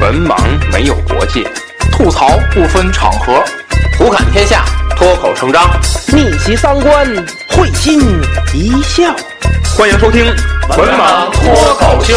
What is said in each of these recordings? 文盲没有国界，吐槽不分场合，胡侃天下，脱口成章。逆袭三观，会心一笑。欢迎收听《文盲脱口秀》。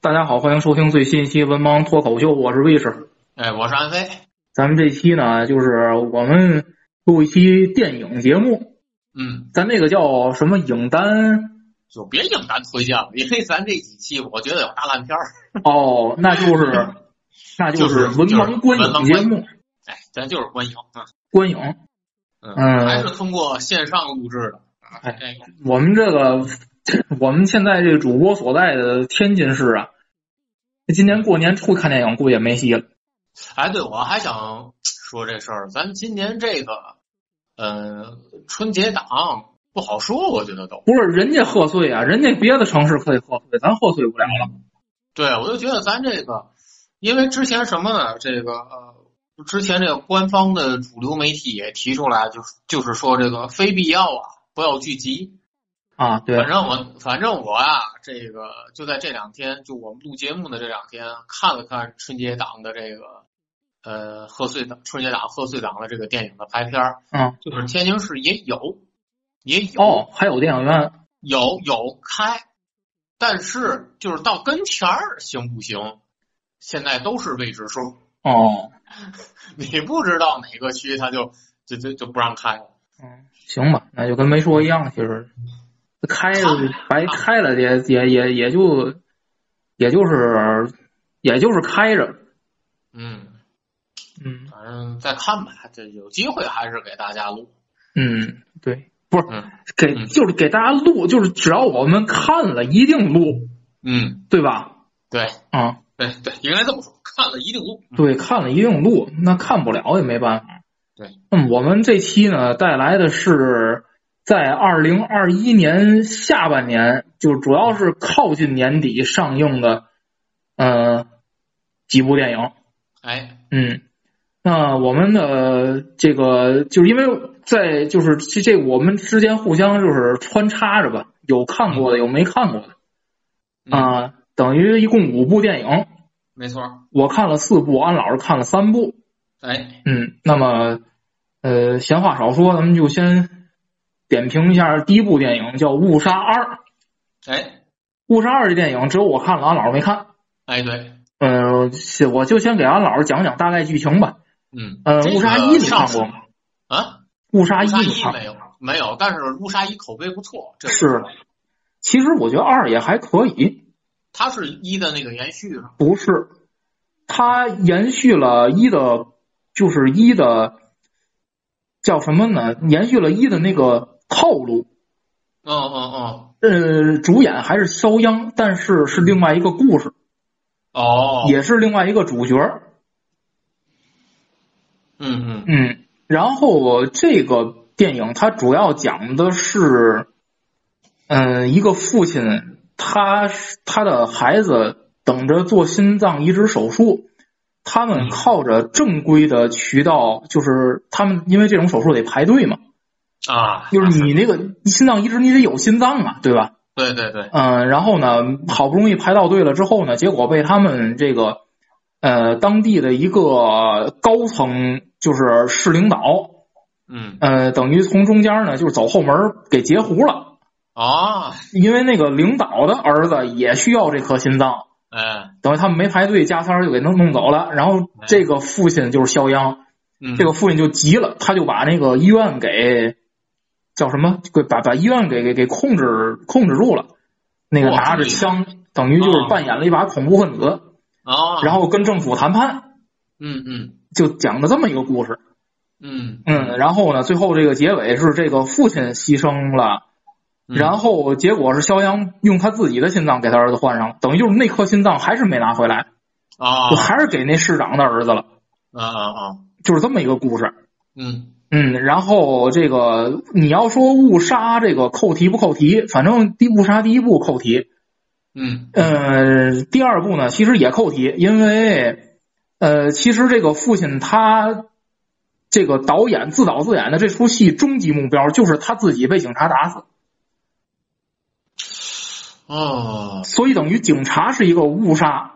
大家好，欢迎收听最新一期《文盲脱口秀》，我是卫士。哎，我是安飞。咱们这期呢，就是我们录一期电影节目，嗯，咱那个叫什么影单？就别硬单推荐了，因为咱这几期我觉得有大烂片儿。哦，那 就是那就是文盲观影节目，哎，咱就是观影啊，观影。嗯还是通过线上录制的。哎这个我们这个 我们现在这主播所在的天津市啊，今年过年出去看电影，估计也没戏了。哎，对，我还想说这事儿，咱今年这个，呃，春节档不好说，我觉得都。不是人家贺岁啊，人家别的城市可以贺岁，咱贺岁不了了。对，我就觉得咱这个，因为之前什么呢？这个呃，之前这个官方的主流媒体也提出来，就是就是说这个非必要啊，不要聚集。啊，对反，正我，反正我啊，这个就在这两天，就我们录节目的这两天，看了看春节档的这个，呃，贺岁档、春节档、贺岁档的这个电影的排片儿，嗯，就是天津市也有，也有、哦，还有电影院，有有开，但是就是到跟前儿行不行，现在都是未知数， 哦，你不知道哪个区他就就就就不让开了。嗯，行吧，那就跟没说一样，其实开了白开了也也也也就也就是也就是开着，嗯，嗯反正再看吧，这有机会还是给大家录。嗯，对，不是嗯给嗯就是给大家录，就是只要我们看了一定录，嗯，对吧？对。啊，对对，应该这么说，看了一定录。对，看了一定录，那看不了也没办法。对，嗯，我们这期呢带来的是在二零二一年下半年，就主要是靠近年底上映的，呃，几部电影。哎，嗯，那我们的这个就是因为在就是这这我们之间互相就是穿插着吧，有看过的，有没看过的嗯啊、等于一共五部电影，没错儿。我看了四部，安老师看了三部。哎，嗯，那么呃，闲话少说，咱们就先点评一下第一部电影，叫《误杀二》。《哎，误杀二》这电影只有我看了，安老师没看。哎，对，呃，先我就先给安老师讲讲大概剧情吧。嗯，呃，这《个误杀一》你看上过次吗？啊？ 《误杀乌一》纱你一看过吗没有，没有，但是乌纱一口碑不错，这个是，其实我觉得二也还可以，它是一的那个延续是吧？不是，它延续了一的，就是一的叫什么呢？延续了一的那个套路。嗯嗯嗯，呃，主演还是肖央，但是是另外一个故事，哦，也是另外一个主角。嗯嗯，嗯，然后这个电影它主要讲的是，嗯、一个父亲他是他的孩子等着做心脏移植手术，他们靠着正规的渠道，就是他们因为这种手术得排队嘛，啊，就是你那个心脏移植你得有心脏啊，对吧？对对对，嗯，然后呢，好不容易排到队了之后呢，结果被他们这个呃当地的一个高层，就是市领导，嗯，呃，等于从中间呢就是走后门儿给截胡了，啊，因为那个领导的儿子也需要这颗心脏，哎，等于他们没排队，加塞儿就给弄弄走了。然后这个父亲就是肖央，嗯，这个父亲就急了，他就把那个医院给叫什么，给把把医院给给给控制控制住了，那个哇拿着枪，等于就是扮演了一把恐怖分子，啊，然后跟政府谈判，嗯嗯就讲了这么一个故事。嗯嗯，然后呢，最后这个结尾是这个父亲牺牲了。嗯，然后结果是肖央用他自己的心脏给他儿子换上了，等于就是那颗心脏还是没拿回来，啊就还是给那市长的儿子了，啊啊啊，就是这么一个故事。嗯嗯，然后这个你要说误杀这个扣题不扣题，反正第误杀第一部扣题，嗯呃，第二部呢其实也扣题，因为呃，其实这个父亲他这个导演自导自演的这出戏终极目标就是他自己被警察打死。哦，所以等于警察是一个误杀。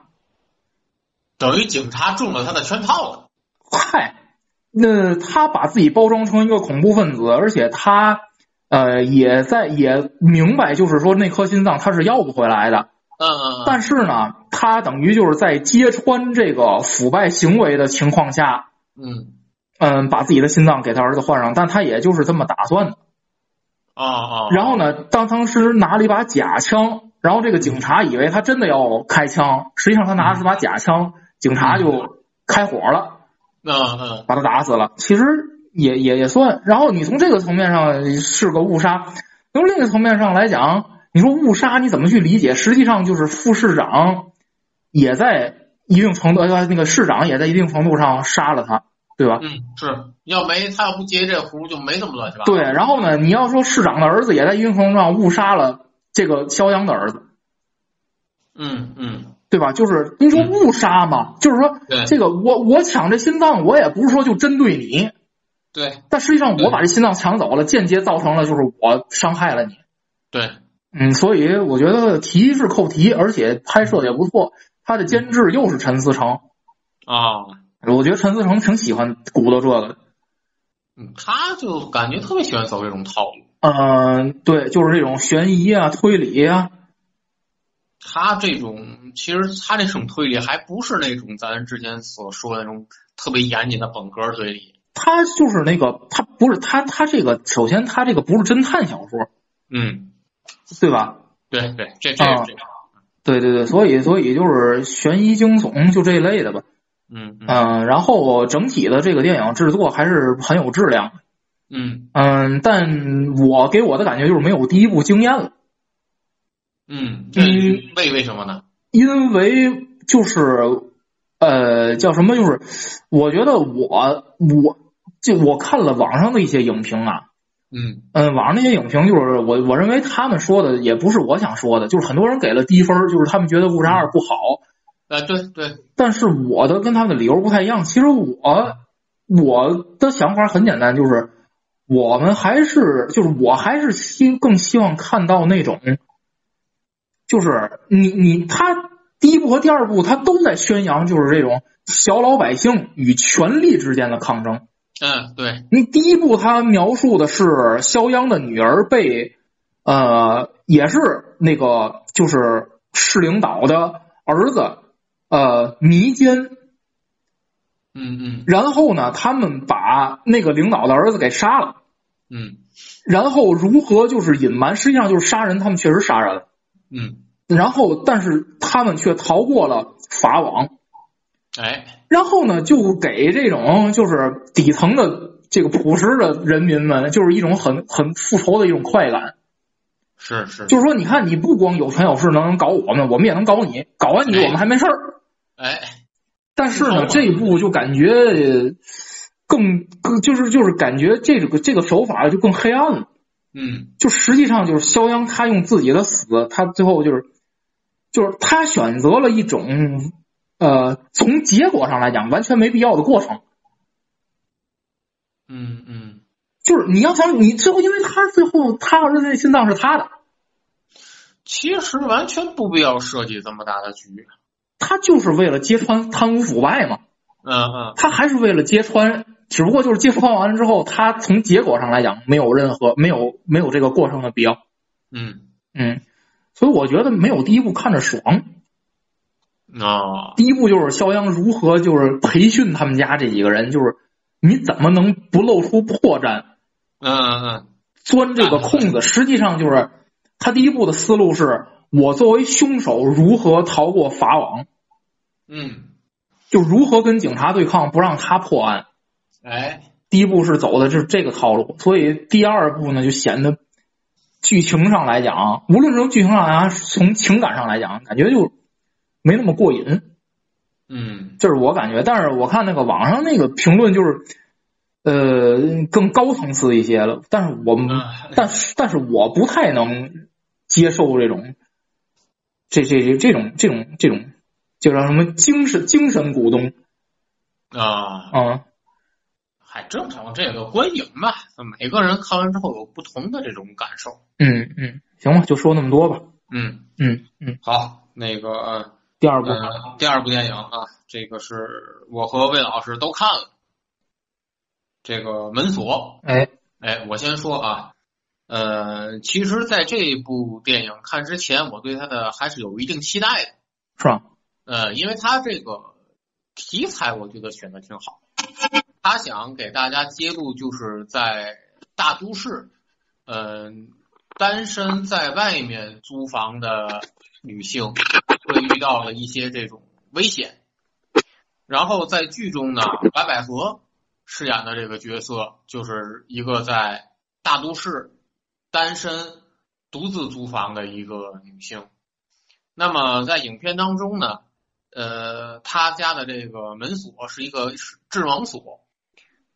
等于警察中了他的圈套了。嗨，那他把自己包装成一个恐怖分子，而且他呃也在也明白，就是说那颗心脏他是要不回来的。嗯嗯嗯，但是呢，他等于就是在揭穿这个腐败行为的情况下，嗯，嗯，把自己的心脏给他儿子换上，但他也就是这么打算的。哦哦，然后呢，当当时拿了一把假枪，然后这个警察以为他真的要开枪，实际上他拿的是把假枪，警察就开火了。嗯嗯把他打死了，其实也也也算。然后你从这个层面上是个误杀，从另一个层面上来讲，你说误杀你怎么去理解？实际上就是副市长也在一定程度，呃，那个市长也在一定程度上杀了他，对吧？嗯，是要没他要不接这壶就没这么乱七八糟。对。然后呢，你要说市长的儿子也在一定程度上误杀了这个肖央的儿子，嗯嗯，对吧？就是你说误杀嘛，就是说对这个我我抢这心脏，我也不是说就针对你，对但实际上对我把这心脏抢走了，间接造成了就是我伤害了你。对，嗯，所以我觉得题是扣题，而且拍摄得也不错。他的监制又是陈思诚，啊，我觉得陈思诚挺喜欢鼓捣这个的。嗯，他就感觉特别喜欢走这种套路。嗯、对，就是这种悬疑啊、推理啊，他这种其实他这种推理还不是那种咱之前所说的那种特别严谨的本科推理。他就是那个他不是他他这个，首先他这个不是侦探小说，嗯，对吧？对对，这这啊这，对对对，所以所以就是悬疑惊悚就这一类的吧。嗯嗯嗯、然后整体的这个电影制作还是很有质量的。嗯嗯，但我给我的感觉就是没有第一部惊艳了。嗯，这为为什么呢？因为就是呃叫什么，就是我觉得我我就我看了网上的一些影评啊，嗯嗯，网上那些影评就是我我认为他们说的也不是我想说的，就是很多人给了低分儿，就是他们觉得《误杀二》不好，啊，对对，但是我的跟他们的理由不太一样。其实我我的想法很简单，就是我们还是就是我还是希更希望看到那种，就是你你他第一部和第二部他都在宣扬就是这种小老百姓与权力之间的抗争。嗯对，你第一部他描述的是肖央的女儿被，呃，也是那个就是市领导的儿子，呃，迷奸。嗯嗯然后呢，他们把那个领导的儿子给杀了。嗯然后如何就是隐瞒，实际上就是杀人，他们确实杀人了。嗯，然后，但是他们却逃过了法网。哎，然后呢，就给这种就是底层的这个朴实的人民们，就是一种很很复仇的一种快感。是是，就是说，你看，你不光有权有势能搞我们，我们也能搞你，搞完你哎我们还没事儿。哎，但是是吗呢，这一步就感觉呃更更就是就是感觉这个这个手法就更黑暗了。嗯就实际上就是肖央他用自己的死，他最后就是就是他选择了一种呃从结果上来讲完全没必要的过程。嗯嗯，就是你要想你最后，因为他最后他儿子那心脏是他的，其实完全不必要设计这么大的局。他就是为了揭穿贪污腐败嘛。嗯嗯他还是为了揭穿，只不过就是揭穿完了之后，他从结果上来讲没有任何没有没有这个过程的必要。嗯，嗯，所以我觉得没有第一部看着爽。哦，第一部就是肖央如何就是培训他们家这几个人，就是你怎么能不露出破绽，嗯嗯钻这个空子？实际上就是他第一部的思路是我作为凶手如何逃过法网，嗯，就如何跟警察对抗，不让他破案。哎，第一步是走的就是这个套路，所以第二步呢就显得剧情上来讲，无论是从剧情上来讲，从情感上来讲，感觉就没那么过瘾，嗯这是我感觉。但是我看那个网上那个评论就是，呃，更高层次一些了。但是我们，嗯，但是但是我不太能接受这种，这这这这种这种这种，就叫什么精神精神股东啊，啊。还正常，这个观影嘛，每个人看完之后有不同的这种感受。嗯嗯，行吧，就说那么多吧。嗯，嗯嗯，好，那个、呃第二部、第二部电影啊，这个是我和魏老师都看了，这个《门锁》。哎，哎，我先说啊，呃，其实在这部电影看之前，我对它的还是有一定期待的，是吧？呃，因为它这个题材我觉得选的挺好，他想给大家揭露就是在大都市，嗯、单身在外面租房的女性会遇到了一些这种危险，然后在剧中呢，白百合饰演的这个角色就是一个在大都市单身独自租房的一个女性。那么在影片当中呢，呃，她家的这个门锁是一个智能锁，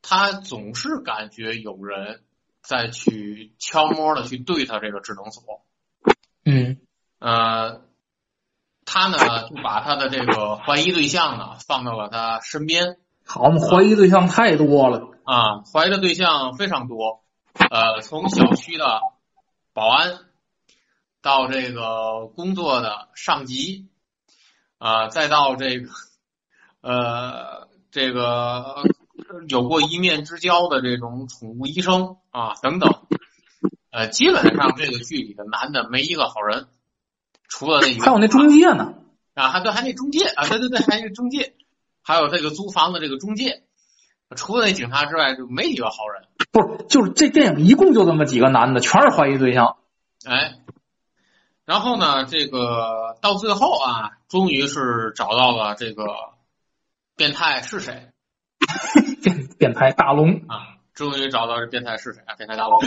她总是感觉有人在去悄摸的去对她这个智能锁。嗯呃，他呢就把他的这个怀疑对象呢放到了他身边好嘛，怀疑对象太多了。啊，怀疑的对象非常多，呃，从小区的保安到这个工作的上级啊、再到这个呃这个有过一面之交的这种宠物医生啊等等，呃，基本上这个剧里的男的没一个好人，除了那一个还有那中介呢，啊，还对，还那中介啊，对对对，还有中介，还有这个租房的这个中介，除了那警察之外，就没几个好人。不是，就是这电影一共就这么几个男的，全是怀疑对象。哎，然后呢，这个到最后啊，终于是找到了这个变态是谁，变变态大龙，啊，终于找到这变态是谁啊？变态大王。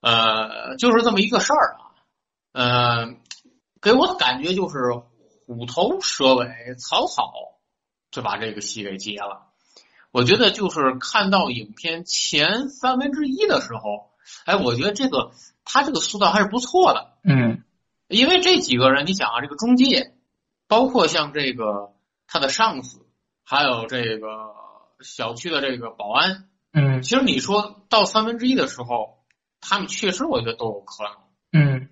呃，就是这么一个事儿啊。呃，给我的感觉就是虎头蛇尾，草草就把这个戏给结了。我觉得就是看到影片前三分之一的时候，哎，我觉得这个他这个塑造还是不错的。嗯因为这几个人，你想啊，这个中介，包括像这个他的上司，还有这个小区的这个保安，嗯其实你说到三分之一的时候，他们确实我觉得都有可能，嗯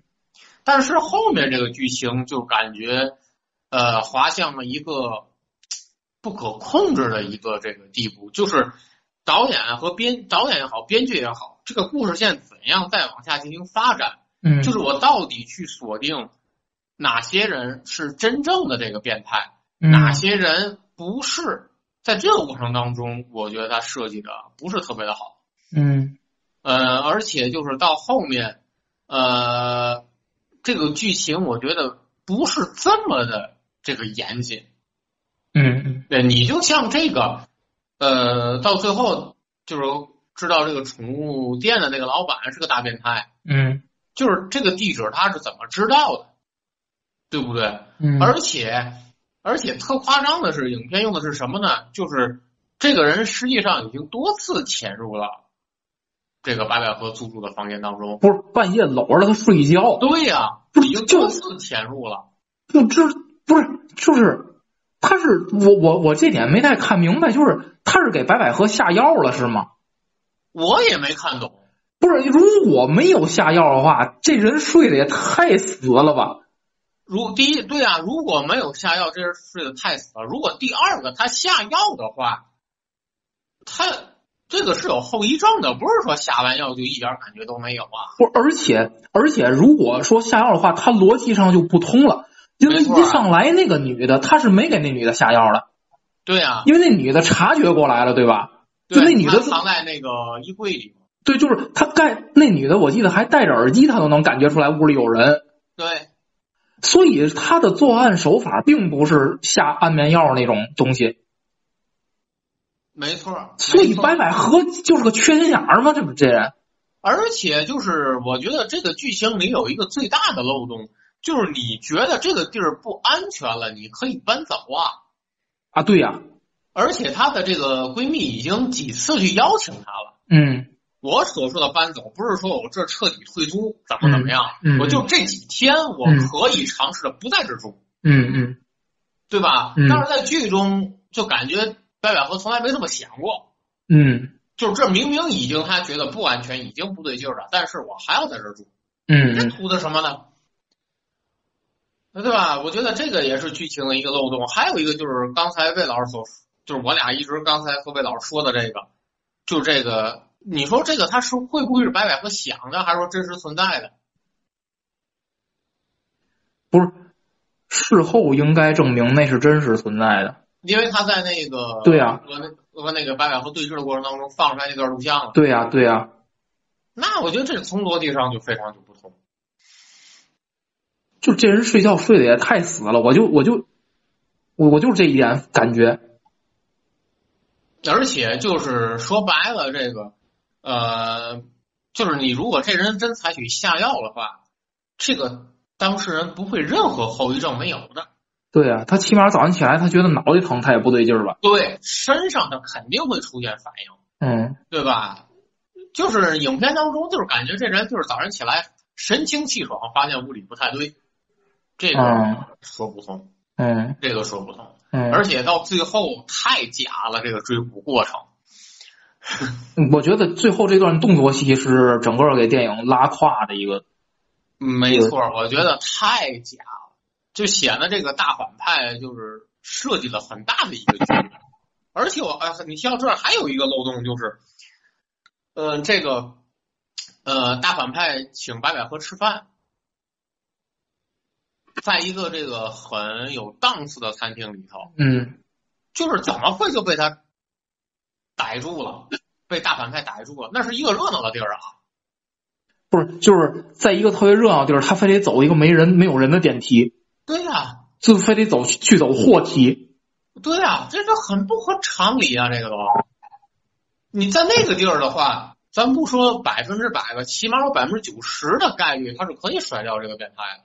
但是后面这个剧情就感觉呃滑向了一个不可控制的一个这个地步，就是导演和编导演也好，编剧也好，这个故事线怎样再往下进行发展，嗯，就是我到底去锁定哪些人是真正的这个变态，哪嗯些人不是，在这个过程当中，我觉得他设计的不是特别的好。嗯呃，而且就是到后面，呃，这个剧情我觉得不是这么的这个严谨。嗯嗯对，你就像这个，呃，到最后就是知道这个宠物店的那个老板是个大变态，嗯就是这个地址他是怎么知道的，对不对？嗯，而且而且特夸张的是，影片用的是什么呢？就是这个人实际上已经多次潜入了这个白百合租住的房间当中。不是半夜搂着他睡觉，对呀、不是已经就多次潜入了。就这不是就是他是我我我这点没太看明白，就是他是给白百合下药了是吗？我也没看懂，不是，如果没有下药的话，这人睡得也太死了吧？如第一，对啊，如果没有下药，这人睡得太死了。如果第二个他下药的话，他这个是有后遗症的，不是说下完药就一点感觉都没有啊。不，而且而且，如果说下药的话，他逻辑上就不通了，因为没错啊一上来那个女的，她是没给那女的下药的，对啊，因为那女的察觉过来了，对吧？就对那女的他藏在那个衣柜里嘛。对，就是她戴那女的，我记得还戴着耳机，她都能感觉出来屋里有人，对，所以她的作案手法并不是下安眠药那种东西，没错儿。所以没错儿白百合就是个缺心眼儿嘛，这不这人，而且就是我觉得这个剧情里有一个最大的漏洞，就是你觉得这个地儿不安全了，你可以搬走啊。啊，对呀、而且她的这个闺蜜已经几次去邀请她了。嗯我所说的搬走，不是说我这彻底退租怎么怎么样，嗯嗯我就这几天我可以尝试着不在这住，嗯嗯，对吧？嗯但是在剧中就感觉白百合从来没这么想过，嗯就是这明明已经她觉得不安全，已经不对劲儿了，但是我还要在这住。这嗯图的什么呢？对吧？我觉得这个也是剧情的一个漏洞。还有一个就是刚才魏老师所，就是我俩一直刚才和魏老师说的这个，就这个，你说这个它是会不会是白百合想的，还是说真实存在的？不是，事后应该证明那是真实存在的。因为他在那个对啊呀和那和那个白百合对峙的过程当中放出来那段录像了。对呀、对呀、那我觉得这从逻辑上就非常就不通。就这人睡觉睡得也太死了，我就我就我我就是这一点感觉。而且就是说白了，这个，呃，就是你如果这人真采取下药的话，这个当事人不会任何后遗症没有的。对呀、他起码早上起来他觉得脑袋疼，他也不对劲儿吧？对，身上他肯定会出现反应，嗯，对吧？就是影片当中，就是感觉这人就是早上起来神清气爽，发现屋里不太对，这个嗯说不通，嗯这个说不通。嗯，而且到最后太假了，这个追捕过程。我觉得最后这段动作戏是整个给电影拉胯的一个。没错，我觉得太假了，就显得这个大反派就是设计了很大的一个局面。而且我呃，你提到这儿还有一个漏洞就是，呃，这个呃大反派请白百合吃饭，在一个这个很有档次的餐厅里头，嗯就是怎么会就被他逮住了，被大反派逮住了？那是一个热闹的地儿啊。不是，就是在一个特别热闹的地儿，他非得走一个没人没有人的电梯，对呀、就非得走去走货梯。对啊，这个很不合常理啊，这个都。你在那个地儿的话，咱不说百分之百吧，起码有百分之九十的概率他是可以甩掉这个变态的。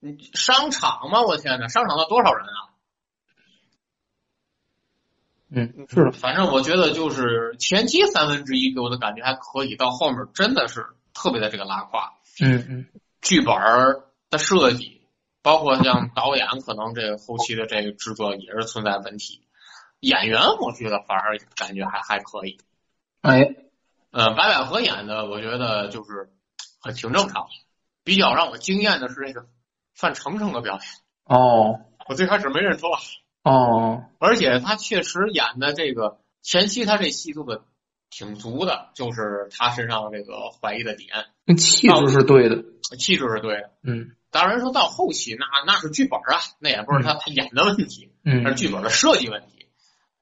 你商场吗？我天哪，商场的多少人啊？嗯，是的，反正我觉得就是前期三分之一给我的感觉还可以，到后面真的是特别的这个拉胯。嗯嗯剧本儿的设计，包括像导演可能这个后期的这个制作也是存在问题。演员我觉得反而感觉还还可以。哎，呃，白百合演的，我觉得就是很挺正常。比较让我惊艳的是这个范丞丞的表演，哦我最开始没认出来，哦，而且他确实演的这个前期他这戏做的挺足的，就是他身上这个怀疑的点，那气质是对的。气质是对的。嗯当然说到后期，那那是剧本啊，那也不是他他演的问题，那是嗯剧本的设计问题。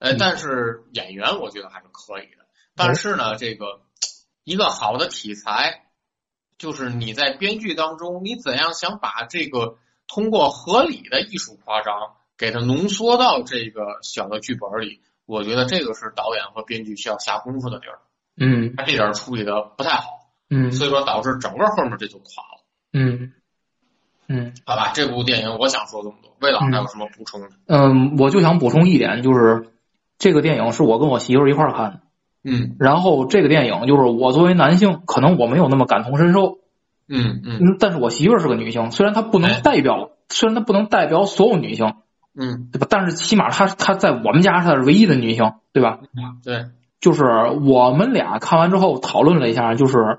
呃，嗯哦但是演员我觉得还是可以的。但是呢，这个一个好的题材，就是你在编剧当中，你怎样想把这个通过合理的艺术夸张，给它浓缩到这个小的剧本里。我觉得这个是导演和编剧需要下功夫的地儿，嗯他这点儿处理的不太好，嗯所以说导致整个后面这就垮了。嗯嗯好吧，这部电影我想说这么多，魏老师还有什么补充的？嗯，我就想补充一点，就是这个电影是我跟我媳妇儿一块儿看的，嗯然后这个电影就是我作为男性，可能我没有那么感同身受，嗯嗯嗯，但是我媳妇儿是个女性，虽然她不哎能代表，虽然她不能代表所有女性，嗯对吧？但是起码她她在我们家她是唯一的女性，对吧？嗯，对，就是我们俩看完之后讨论了一下，就是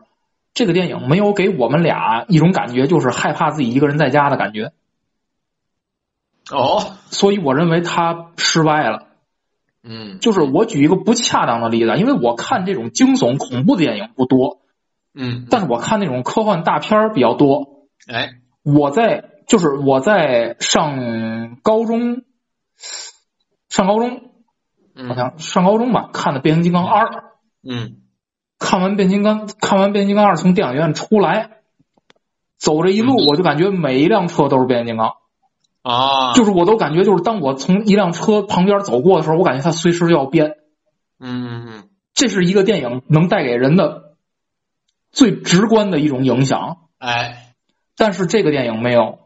这个电影没有给我们俩一种感觉，就是害怕自己一个人在家的感觉，哦，所以我认为他失败了。嗯就是我举一个不恰当的例子，因为我看这种惊悚恐怖的电影不多，嗯，但是我看那种科幻大片儿比较多。哎，我在就是我在上高中，上高中嗯好像上高中吧，看的《变形金刚二》，嗯看完变形金刚，看完变形金刚二从电影院出来，走这一路，嗯我就感觉每一辆车都是变形金刚，啊，就是我都感觉就是当我从一辆车旁边走过的时候，我感觉它随时就要变。嗯嗯这是一个电影能带给人的最直观的一种影响，哎，但是这个电影没有。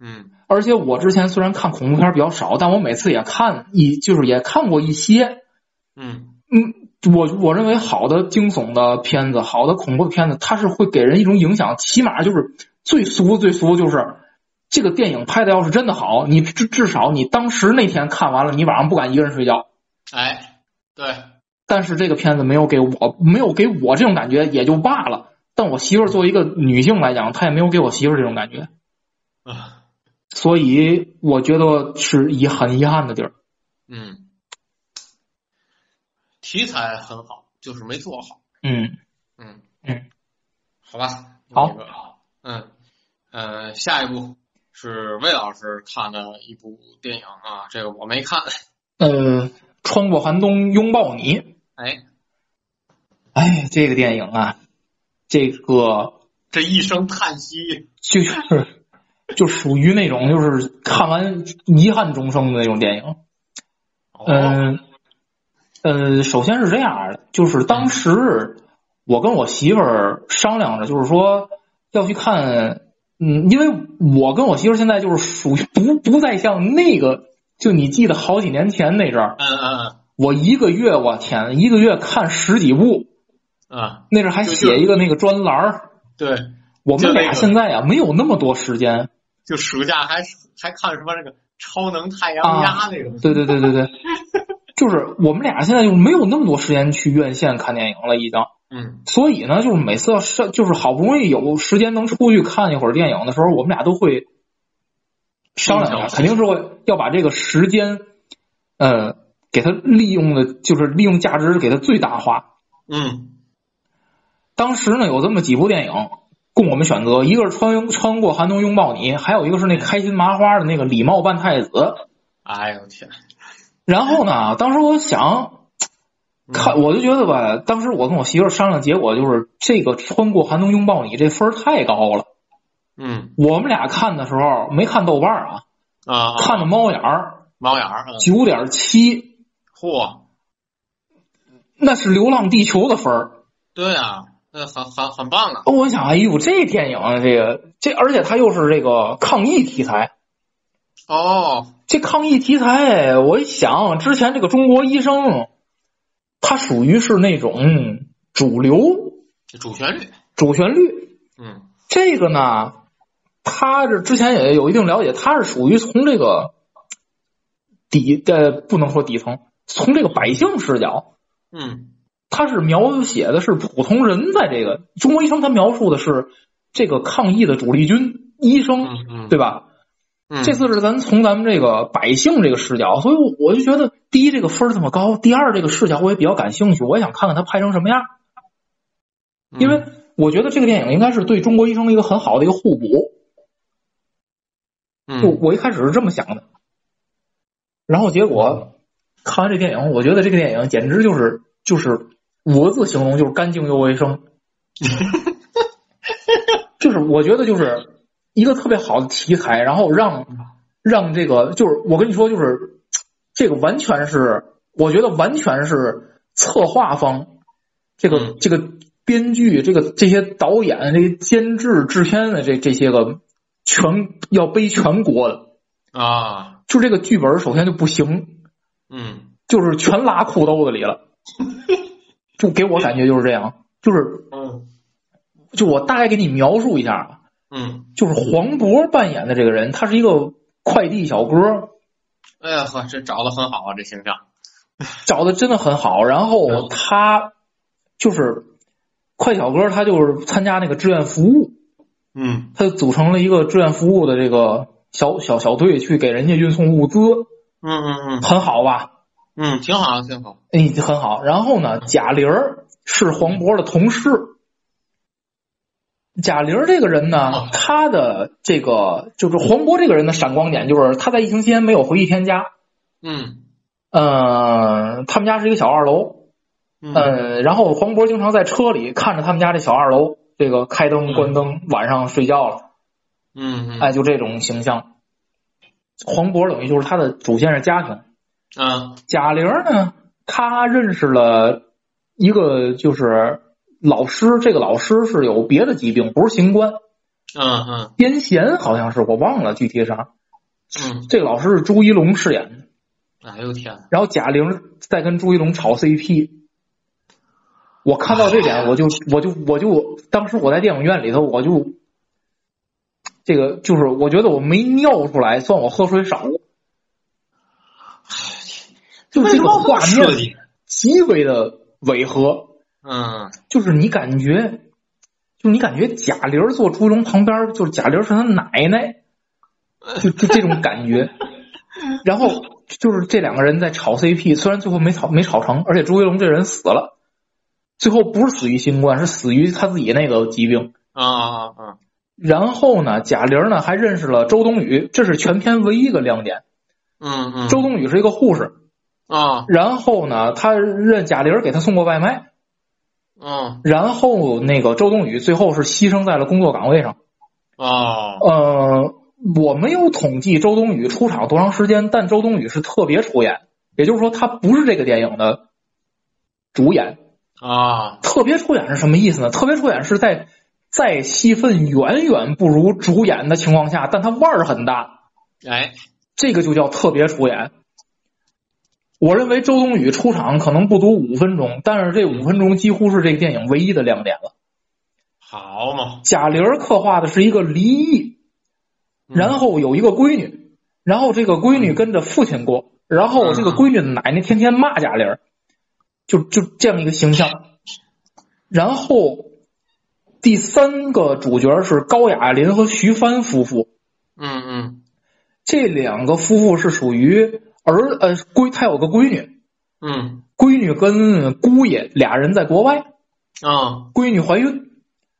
嗯而且我之前虽然看恐怖片比较少，但我每次也看一，就是也看过一些。嗯我我认为好的惊悚的片子，好的恐怖的片子，它是会给人一种影响。起码就是最俗最俗就是这个电影拍的要是真的好，你至至少你当时那天看完了，你晚上不敢一个人睡觉。哎，对，但是这个片子没有给我没有给我这种感觉也就罢了，但我媳妇儿作为一个女性来讲，她也没有给我媳妇儿这种感觉，啊，所以我觉得是遗很遗憾的地儿。嗯，题材很好，就是没做好。嗯嗯嗯，好吧，好那个，嗯呃，下一部是魏老师看的一部电影啊，这个我没看，呃，穿过寒冬拥抱你，哎，哎，这个电影啊，这个这一声叹息，就是就属于那种就是看完遗憾终生的那种电影。哦，嗯，呃，首先是这样的，就是当时我跟我媳妇儿商量着，就是说要去看，嗯，因为我跟我媳妇儿现在就是属于不不再像那个，就你记得好几年前那阵儿，嗯嗯我一个月，我天，一个月看十几部，嗯啊，那阵儿还写一个那个专栏儿。对，我们就那俩个现在啊，没有那么多时间。就暑假还还看什么那个超能太阳啊鸭那种，对对对对对，就是我们俩现在就没有那么多时间去院线看电影了，已经。嗯所以呢，就是每次要上，就是好不容易有时间能出去看一会儿电影的时候，我们俩都会商量一下，嗯肯定是会要把这个时间，呃，给它利用的，就是利用价值给它最大化。嗯当时呢，有这么几部电影供我们选择，一个是穿穿过寒冬拥抱你，还有一个是那开心麻花的那个礼貌扮太子。哎呦天，然后呢，当时我想嗯看，我就觉得吧，当时我跟我媳妇儿商量，结果就是这个穿过寒冬拥抱你这分儿太高了。嗯我们俩看的时候没看豆瓣儿啊，啊，看的猫眼儿猫眼儿，嗯九点七，嚯，那是《流浪地球》的分儿。对啊，那很很很棒啊，我想，哎呦，这电影啊这个这，而且它又是这个抗疫题材。哦，这抗疫题材，我一想，之前这个中国医生，他属于是那种主流这主旋律，主旋律。嗯这个呢，他这之前也有一定了解，他是属于从这个底呃不能说底层，从这个百姓视角，嗯他是描写的是普通人在这个中国医生，他描述的是这个抗疫的主力军医生，嗯嗯，对吧？嗯，这次是咱从咱们这个百姓这个视角，所以我就觉得，第一这个分儿这么高，第二这个视角我也比较感兴趣，我也想看看他拍成什么样，嗯因为我觉得这个电影应该是对中国医生的一个很好的一个互补。嗯就我一开始是这么想的，然后结果看完这电影，我觉得这个电影简直就是就是五个字形容，就是干净又卫生，就是我觉得就是一个特别好的题材，然后让让这个就是我跟你说就是这个完全是我觉得完全是策划方这个、嗯这个编剧这个这些导演这些监制制片的这这些个全要背全锅的，啊，就这个剧本首先就不行，嗯就是全拉裤兜子里了，就给我感觉就是这样，就是嗯就我大概给你描述一下啊，嗯，就是黄渤扮演的这个人，他是一个快递小哥，哎呀呵，这找的很好啊，这形象，找的真的很好，然后嗯他就是快小哥，他就是参加那个志愿服务，嗯他组成了一个志愿服务的这个小小小队去给人家运送物资，嗯嗯嗯很好吧？嗯，挺好挺好，哎，很好。然后呢，贾玲儿是黄渤的同事。贾玲儿这个人呢哦，她的这个就是黄渤这个人的闪光点，就是他在疫情期间没有回一天家。嗯呃，他们家是一个小二楼，嗯呃，然后黄渤经常在车里看着他们家这小二楼，这个开灯关灯，晚上睡觉了，嗯嗯哎，就这种形象。黄渤等于就是他的主线是家庭，嗯贾玲呢，她认识了一个就是老师，这个老师是有别的疾病，不是新冠，嗯嗯癫痫好像是我忘了具体是啥。嗯，这个老师是朱一龙饰演的，哎呦天，然后贾玲在跟朱一龙炒 CP。我看到这点， 我就我就我就当时我在电影院里头，我就这个就是我觉得我没尿出来，算我喝水少了。就是这哎为什个么画不设面计？极为的违和，嗯就是你感觉，就你感觉贾玲儿坐朱一龙旁边儿，就是贾玲儿是他奶奶，就就这种感觉。 然后就是这两个人在炒 CP，虽然最后没炒没炒成，而且朱一龙这人死了，最后不是死于新冠，是死于他自己那个疾病。啊啊啊啊！然后呢，贾玲儿呢还认识了周冬雨，这是全片唯一一个亮点。嗯嗯周冬雨是一个护士，啊然后呢，他认贾玲儿给他送过外卖，嗯然后那个周冬雨最后是牺牲在了工作岗位上。哦呃，我没有统计周冬雨出场多长时间，但周冬雨是特别出演，也就是说她不是这个电影的主演。啊特别出演是什么意思呢？特别出演是在在戏份远远不如主演的情况下，但他腕儿很大，哎这个就叫特别出演。我认为周冬雨出场可能不足五分钟，但是这五分钟几乎是这个电影唯一的亮点了。好嘛！贾玲儿刻画的是一个离异，嗯然后有一个闺女，然后这个闺女跟着父亲过，然后这个闺女的奶奶天天骂贾玲儿，就就这样一个形象。然后第三个主角是高亚麟和徐帆夫妇，嗯嗯这两个夫妇是属于儿呃闺，他有个闺女，嗯闺女跟姑爷俩人在国外，啊闺女怀孕，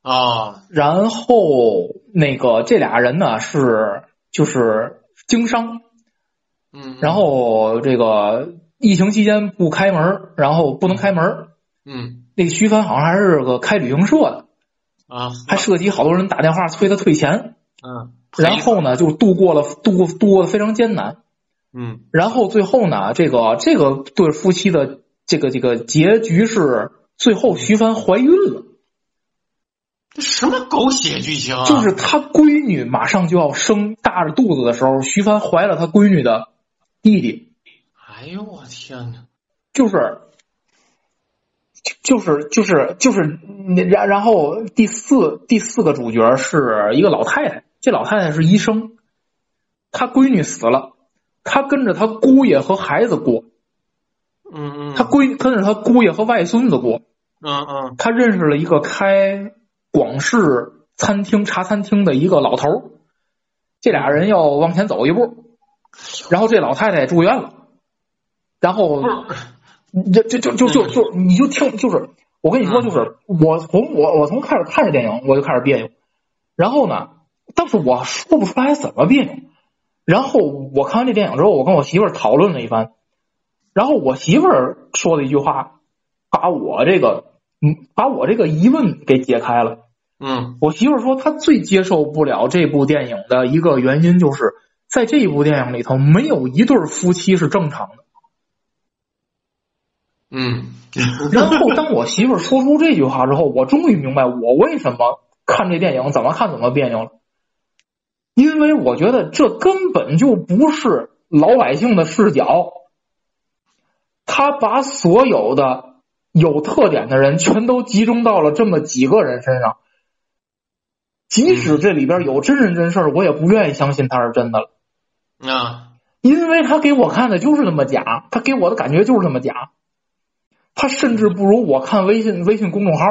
啊然后那个这俩人呢是就是经商，嗯，然后这个疫情期间不开门，然后不能开门。嗯那个徐帆好像还是个开旅行社的，啊还涉及好多人打电话催他退钱。嗯，然后呢，就度过了度过度过的非常艰难。嗯然后最后呢，这个这个对夫妻的这个这个结局是最后徐帆怀孕了，这什么狗血剧情啊？就是他闺女马上就要生大着肚子的时候，徐帆怀了他闺女的弟弟。哎呦我天哪！就是，就是，就是，就是，嗯然然后第四第四个主角是一个老太太，这老太太是医生，她闺女死了，她跟着她姑爷和孩子过，嗯嗯，她闺跟着她姑爷和外孙子过，嗯嗯她认识了一个开广式餐厅茶餐厅的一个老头儿，这俩人要往前走一步，然后这老太太住院了，然后不是嗯这这就就就就你就听就是我跟你说就是我从我我从开始看这电影我就开始别扭，然后呢，但是我说不出来怎么别扭。然后我看完这电影之后，我跟我媳妇儿讨论了一番，然后我媳妇儿说了一句话，把我这个嗯把我这个疑问给解开了。嗯我媳妇儿说，她最接受不了这部电影的一个原因就是在这部电影里头没有一对儿夫妻是正常的。嗯然后当我媳妇儿说出这句话之后，我终于明白我为什么看这电影怎么看怎么别扭了，因为我觉得这根本就不是老百姓的视角，他把所有的有特点的人全都集中到了这么几个人身上。即使这里边有真人真事儿，我也不愿意相信他是真的了，啊因为他给我看的就是那么假，他给我的感觉就是那么假。他甚至不如我看微信微信公众号。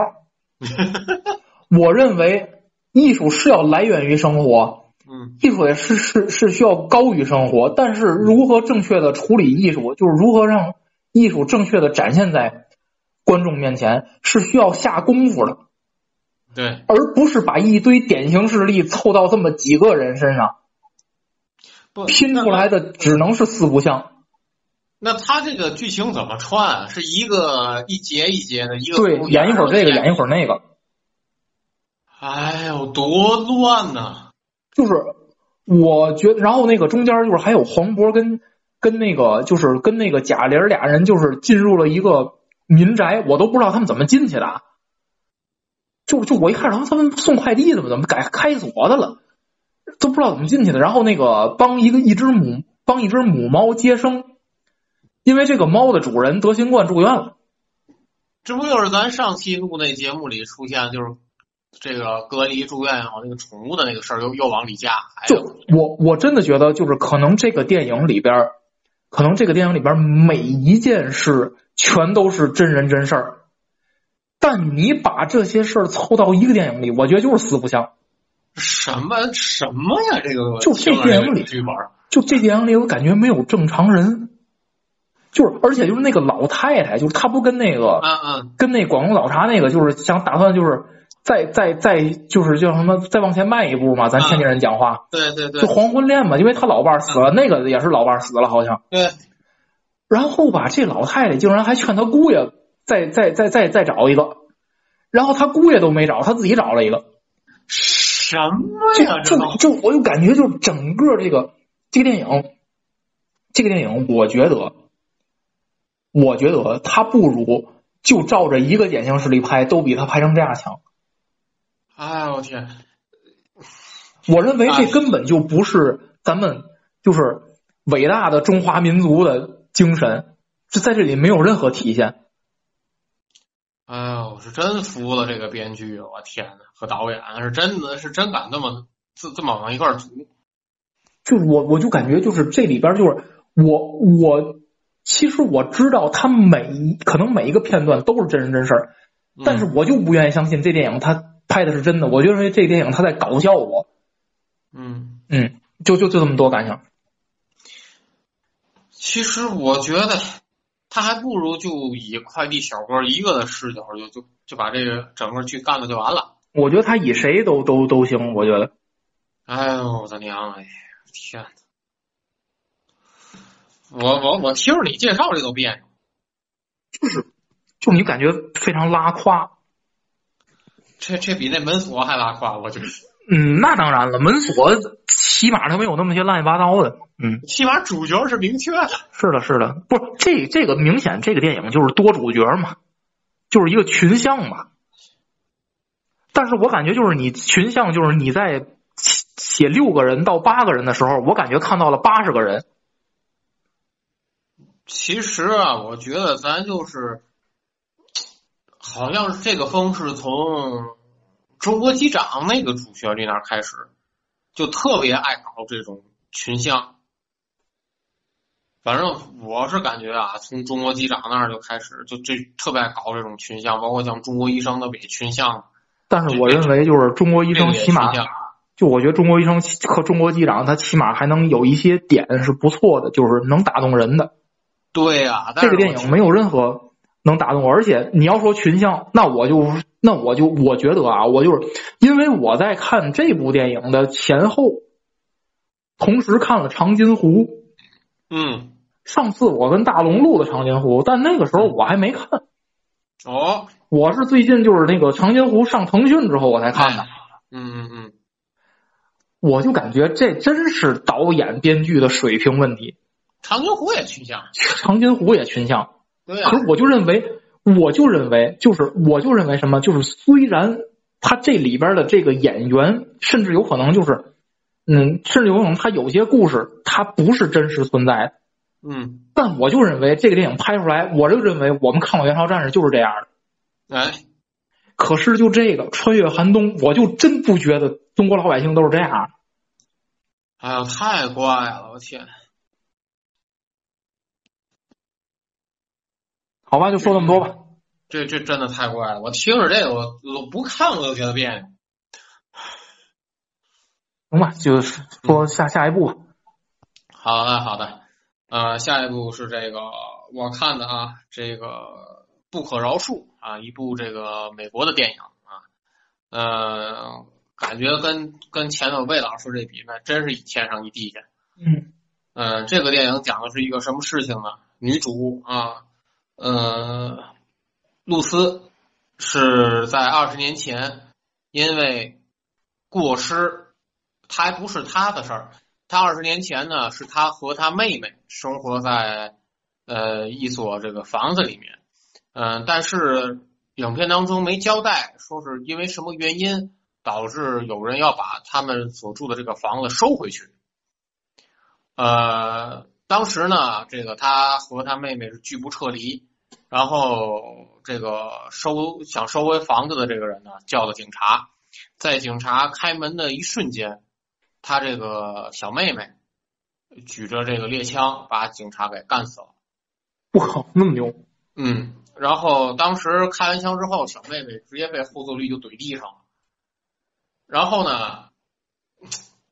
我认为艺术是要来源于生活，嗯艺术也是是是需要高于生活，但是如何正确的处理艺术，就是如何让艺术正确的展现在观众面前，是需要下功夫的，对，而不是把一堆典型事例凑到这么几个人身上不拼出来的，只能是四不像。那他这个剧情怎么串？是一个一节一节的，一个对，演一会儿这个，演一儿。会儿那个。哎呦，多乱呐！就是我觉得，然后那个中间就是还有黄渤跟跟那个就是跟那个贾玲儿俩人就是进入了一个民宅，我都不知道他们怎么进去的啊。就就我一开始他们送快递怎么怎么改开锁的了，都不知道怎么进去的。然后那个帮一个一只母帮一只母猫接生，因为这个猫的主人得新冠住院了。这不就是咱上期录那节目里出现，就是这个隔离住院也好，那个宠物的那个事儿又又往里加。哎就呦，我我真的觉得，就是可能这个电影里边儿，可能这个电影里边儿每一件事全都是真人真事儿，但你把这些事儿凑到一个电影里，我觉得就是四不像。什么什么呀？这个就这听着电这影个里剧本儿，就这电影里，我感觉没有正常人，就是而且就是那个老太太，就是她不跟那个嗯嗯，跟那广东老茶那个，就是想打算就是再再再就是叫什么再往前迈一步嘛，咱天津人讲话对对对就黄昏恋嘛，因为他老伴儿死了，那个也是老伴儿死了好像，对，然后吧，这老太太竟然还劝她姑爷再再再再再找一个，然后她姑爷都没找，她自己找了一个。什么就呀？这都就就我就感觉就是整个这个这个电影，这个电影，我觉得，我觉得他不如就照着一个典型实力拍，都比他拍成这样强。哎呦我天，我认为这哎根本就不是咱们就是伟大的中华民族的精神，这在这里没有任何体现。哎呦，我是真服了这个编剧，我天呐，和导演啊是真的是真敢这么这这么往一块儿组，就是我我就感觉就是这里边就是我我其实我知道他每一可能每一个片段都是真人真事儿，嗯但是我就不愿意相信这电影它拍的是真的，我就认为这电影它在搞笑我，嗯。嗯，就就就这么多感想。其实我觉得，他还不如就以快递小哥一个的视角，就就就把这个整个剧干了就完了。我觉得他以谁都都都行，我觉得哎呦，我的娘哎！天哪！我我我听着你介绍这都别扭，就你感觉非常拉胯。这这比那门锁还拉胯，我觉得。嗯，那当然了，门锁起码它没有那么些乱七八糟的。嗯，起码主角是明确的。是的，是的，不是这这个明显这个电影就是多主角嘛，就是一个群像嘛。但是我感觉就是你群像，就是你在写写六个人到八个人的时候，我感觉看到了八十个人。其实啊，我觉得咱就是，好像是这个风是从《中国机长》那个主旋律那儿开始，就特别爱搞这种群像。反正我是感觉啊，从《中国机长》那儿就开始，就这特别爱搞这种群像，包括像《中国医生》的伪群像，但是我认为就是中国医这个生也起群码，像。就我觉得中国医生和中国机长，他起码还能有一些点是不错的，就是能打动人的。对呀、但这是个我电觉影得没有任何能打动我，而且你要说群像，那我就那我就我觉得啊，我就是因为我在看这部电影的前后，同时看了《长津湖》。嗯，上次我跟大龙录的《长津湖》，但那个时候我还没看，哦，我是最近就是那个《长津湖》上腾讯之后我才看的。嗯嗯嗯。我就感觉这真是导演、编剧的水平问题。长津湖也群像，长津湖也群像，对啊呀、可是我就认为，我就认为，就是我就认为什么，就是虽然他这里边的这个演员，甚至有可能就是，嗯，甚至有可能他有些故事他不是真实存在的，嗯，但我就认为这个电影拍出来，我就认为我们看过《元朝战士》就是这样的。哎，可是就这个穿越寒冬，我就真不觉得中国老百姓都是这样的。哎呦，太怪了，我天！好吧，就说这么多吧。这这真的太怪了，我听着这个，我我不看我都觉得别扭。行吧，就是说下下一步吧。好的，好的，呃，下一部是这个我看的啊，这个《不可饶恕》啊，一部这个美国的电影啊，呃，感觉跟跟前头魏老师这比那真是一天上一地去。嗯，嗯，这个电影讲的是一个什么事情呢？女主啊，呃，露丝是在二十年前因为过失，她还不是她的事儿。她二十年前呢，是她和她妹妹生活在呃一所这个房子里面，嗯、但是影片当中没交代说是因为什么原因导致有人要把他们所住的这个房子收回去。呃，当时呢，这个他和他妹妹是拒不撤离，然后这个收想收回房子的这个人呢，叫了警察，在警察开门的一瞬间，他这个小妹妹举着这个猎枪把警察给干死了。我靠，那么牛！嗯，然后当时开完枪之后，小妹妹直接被后坐力就怼地上了。然后呢，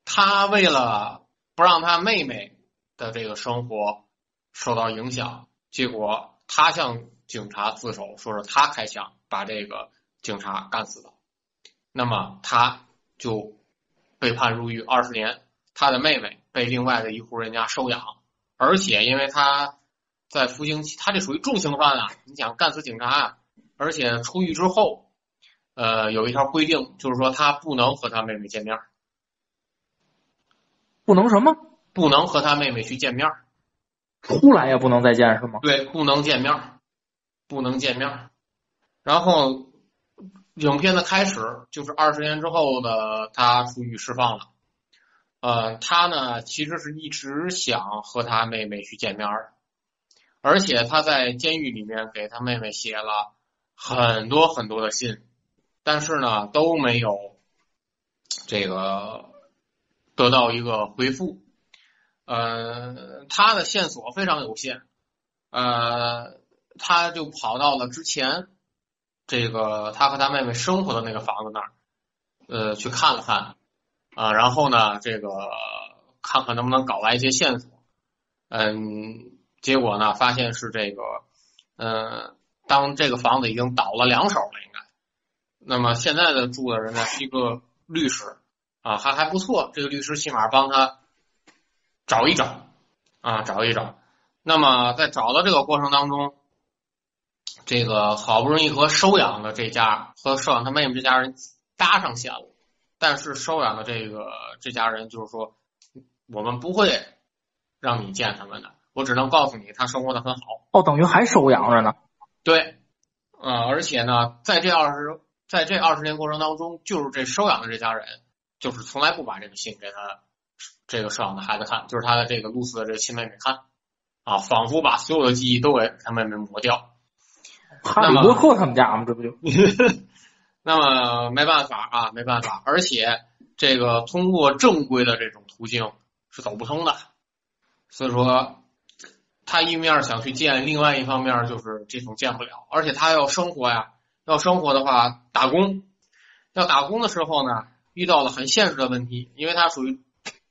他为了不让他妹妹的这个生活受到影响，结果他向警察自首，说是他开枪把这个警察干死的。那么他就被判入狱二十年，他的妹妹被另外的一户人家收养，而且因为他在服刑期，他这属于重刑犯啊，你想干死警察啊，而且出狱之后，呃，有一条规定就是说他不能和他妹妹见面，不能什么，不能和他妹妹去见面，出来也不能再见是吗？对，不能见面，不能见面。然后，影片的开始就是二十年之后的他出狱释放了。呃，他呢其实是一直想和他妹妹去见面儿，而且他在监狱里面给他妹妹写了很多很多的信，但是呢都没有这个得到一个回复。呃，他的线索非常有限，呃，他就跑到了之前这个他和他妹妹生活的那个房子那儿，呃，去看了看，啊、然后呢，这个看看能不能搞来一些线索，嗯，结果呢，发现是这个，呃，当这个房子已经倒了两手了，应该，那么现在的住的人呢是一个律师，啊，还还不错，这个律师起码帮他找一找，啊，找一找。那么在找到这个过程当中，这个好不容易和收养的这家和收养他妹妹这家人搭上线了，但是收养的这个这家人就是说，我们不会让你见他们的，我只能告诉你他生活的很好。哦，等于还收养着呢。对，呃，而且呢，在这二十在这二十年过程当中，就是这收养的这家人，就是从来不把这个信给他这个收养的孩子看，就是他的这个露丝的这个亲妹妹看，啊，仿佛把所有的记忆都给他妹妹抹掉。哈利波特他们家嘛，这不就那么没办法啊，没办法，而且这个通过正规的这种途径是走不通的，所以说他一面想去见，另外一方面就是这种见不了，而且他要生活呀，要生活的话打工，要打工的时候呢，遇到了很现实的问题，因为他属于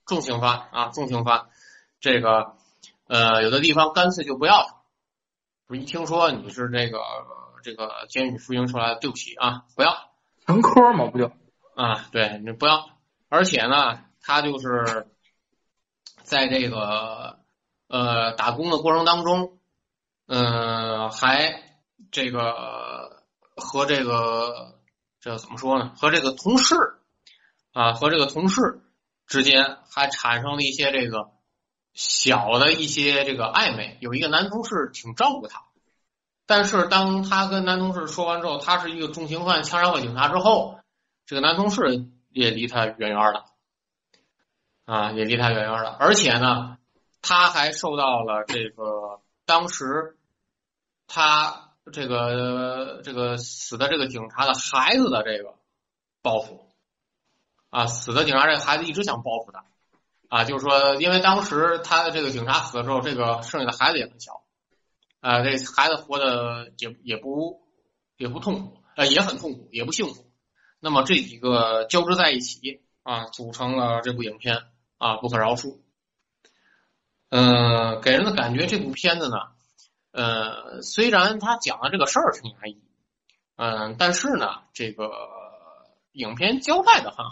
重刑犯啊，重刑犯，这个呃有的地方干脆就不要他，我一听说你是这个这个监狱服刑出来的，对不起啊，不要。成科嘛，不就啊，对，你不要。而且呢，他就是在这个呃打工的过程当中，呃，还这个和这个这怎么说呢？和这个同事啊，和这个同事之间还产生了一些这个小的一些这个暧昧。有一个男同事挺照顾他，但是当他跟男同事说完之后，他是一个重刑犯，枪杀过警察之后。这个男同事也离他远远的，啊，也离他远远的。而且呢，他还受到了这个当时他这个这个死的这个警察的孩子的这个报复，啊，死的警察这个孩子一直想报复他，啊，就是说，因为当时他的这个警察死了之后，这个剩下的孩子也很小，啊，这孩子活的也也不也不痛苦，呃，也很痛苦，也不幸福。那么这几个交织在一起啊，组成了这部影片啊，不可饶恕。嗯、给人的感觉这部片子呢，呃，虽然他讲的这个事儿挺压抑，嗯、但是呢，这个影片交代的很好。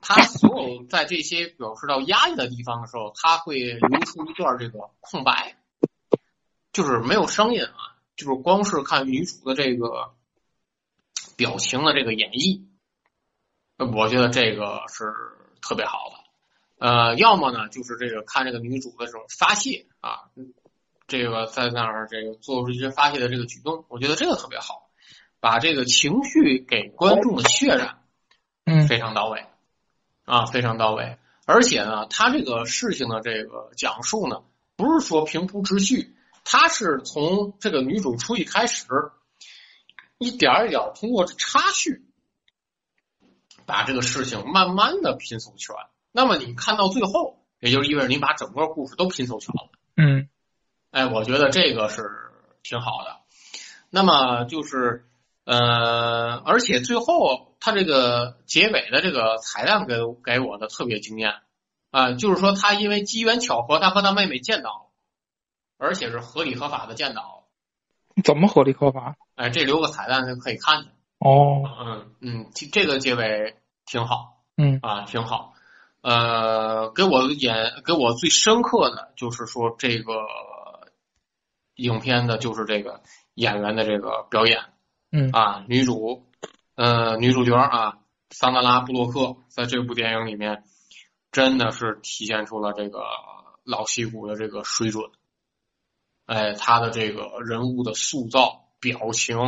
他所有在这些表示到压抑的地方的时候，他会留出一段这个空白，就是没有声音啊，就是光是看女主的这个表情的这个演绎，呃我觉得这个是特别好的。呃，要么呢就是这个看这个女主的这种发泄啊，这个在那儿这个做出一些发泄的这个举动，我觉得这个特别好，把这个情绪给观众的渲染嗯非常到位啊，非常到位。而且呢，他这个事情的这个讲述呢，不是说平铺直叙，他是从这个女主出狱开始，一点儿一点儿通过插叙，把这个事情慢慢的拼凑全。那么你看到最后，也就意味着你把整个故事都拼凑全了。嗯哎，我觉得这个是挺好的。那么就是呃，而且最后他这个结尾的这个彩蛋给给我的特别惊艳啊、就是说他因为机缘巧合，他和他妹妹见到了，而且是合理合法的见到了。怎么合理合法？哎、这留个彩蛋就可以看见。哦，嗯嗯，这这个结尾挺好。嗯啊，挺好。呃，给我演给我最深刻的就是说这个影片的，就是这个演员的这个表演嗯啊，女主，呃，女主角啊，桑德拉布洛克在这部电影里面真的是体现出了这个老戏骨的这个水准，哎，他的这个人物的塑造、表情、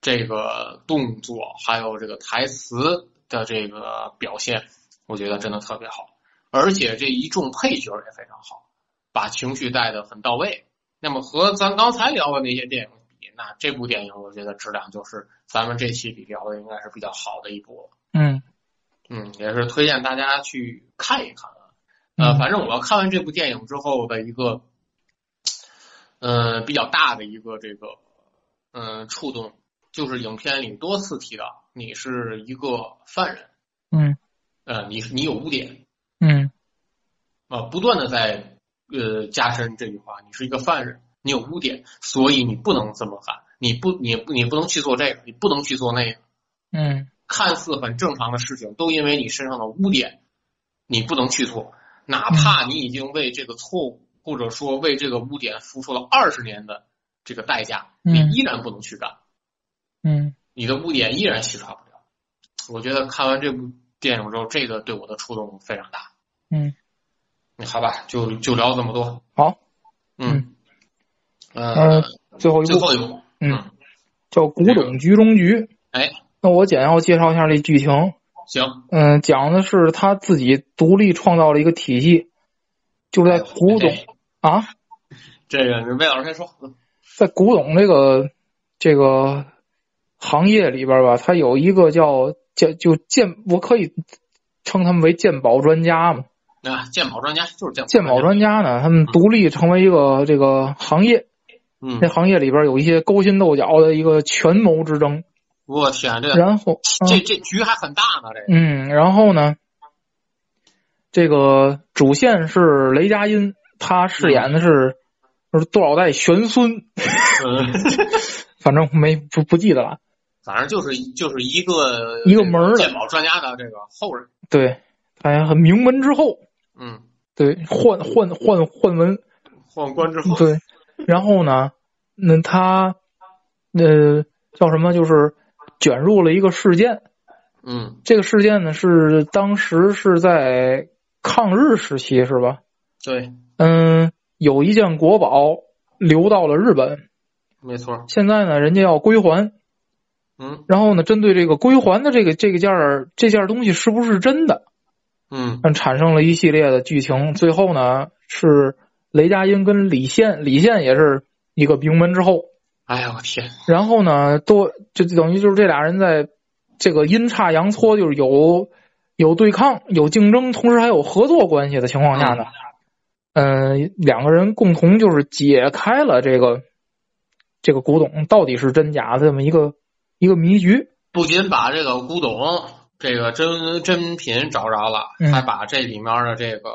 这个动作，还有这个台词的这个表现，我觉得真的特别好，而且这一众配角也非常好，把情绪带的很到位。那么和咱刚才聊的那些电影比，那这部电影我觉得质量就是咱们这期里聊的应该是比较好的一部了。嗯嗯，也是推荐大家去看一看啊。呃，嗯反正我看完这部电影之后的一个，呃，比较大的一个这个，嗯、触动，就是影片里多次提到，你是一个犯人，嗯呃，你你有污点，嗯啊，不断的在呃加深这句话，你是一个犯人，你有污点，所以你不能这么干，你不你不你不能去做这个，你不能去做那个，嗯看似很正常的事情，都因为你身上的污点，你不能去做，嗯哪怕你已经为这个错误或者说为这个污点付出了二十年的这个代价，你嗯依然不能去干，嗯你的污点依然洗刷不了。我觉得看完这部电影之后，这个对我的触动非常大。嗯，好吧，就就聊这么多。好，嗯，呃呃，，最后一最部后一部，嗯，叫《古董局中局》。哎，那我简要介绍一下这剧情。行，嗯，讲的是他自己独立创造了一个体系，就是在古董哎啊，这个魏老师先说。嗯在古董这个这个行业里边吧，它有一个叫叫就鉴，我可以称他们为鉴宝专家嘛。啊，鉴宝专家就是鉴鉴宝专家，专家呢，他们独立成为一个这个行业，嗯这，行业里边有一些勾心斗角的一个权谋之争。我天，这然后，这这局还很大呢，这个嗯，然后呢，这个主线是雷佳音，他饰演的是就是多少代玄孙，， 嗯反正没不不记得了。 反正就是就是一个一个门儿的鉴宝专家的这个后人，对，他很名门之后，嗯，对，换换换换文，宦官之后，对，然后呢，那他呃叫什么？就是卷入了一个事件。嗯，这个事件呢是当时是在抗日时期，是吧？对，嗯，有一件国宝流到了日本，没错，现在呢人家要归还，嗯然后呢针对这个归还的这个这个件儿这件东西是不是真的，嗯嗯，产生了一系列的剧情。最后呢是雷佳音跟李现，李现也是一个名门之后，哎呀，我天，然后呢多就就等于就是这俩人在这个阴差阳错就是有有对抗、有竞争，同时还有合作关系的情况下呢，嗯、两个人共同就是解开了这个这个古董到底是真假的这么一个一个迷局。不仅把这个古董这个真真品找着了，嗯还把这里面的这个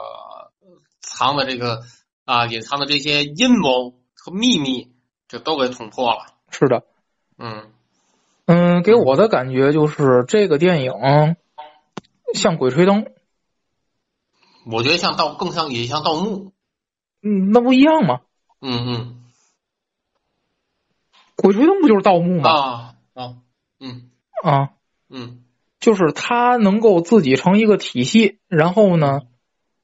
藏的这个啊隐藏的这些阴谋和秘密，这都给捅破了，是的，嗯嗯，给我的感觉就是这个电影像《鬼吹灯》，我觉得像盗，更像也像盗墓。嗯，那不一样吗？嗯《鬼吹灯》不就是盗墓嗯吗？啊啊嗯啊，嗯就是他能够自己成一个体系，然后呢，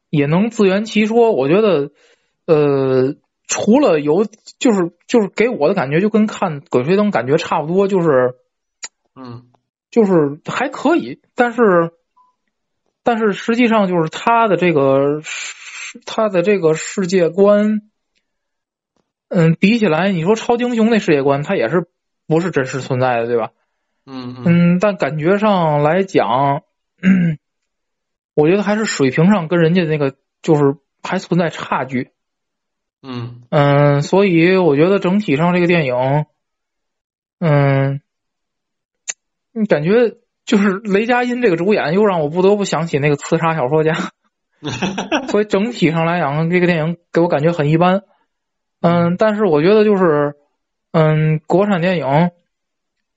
也能自圆其说。我觉得，呃，除了有，就是就是给我的感觉就跟看《鬼吹灯》感觉差不多，就是嗯就是还可以，但是但是实际上就是他的这个世他的这个世界观，嗯，比起来你说超级英雄那世界观，它也是不是真实存在的，对吧？嗯嗯嗯，但感觉上来讲， 我觉得还是水平上跟人家那个就是还存在差距。嗯嗯，所以我觉得整体上这个电影，嗯，你感觉就是雷佳音这个主演，又让我不得不想起那个《刺杀小说家》，所以整体上来讲，这个电影给我感觉很一般。嗯，但是我觉得就是，嗯，国产电影，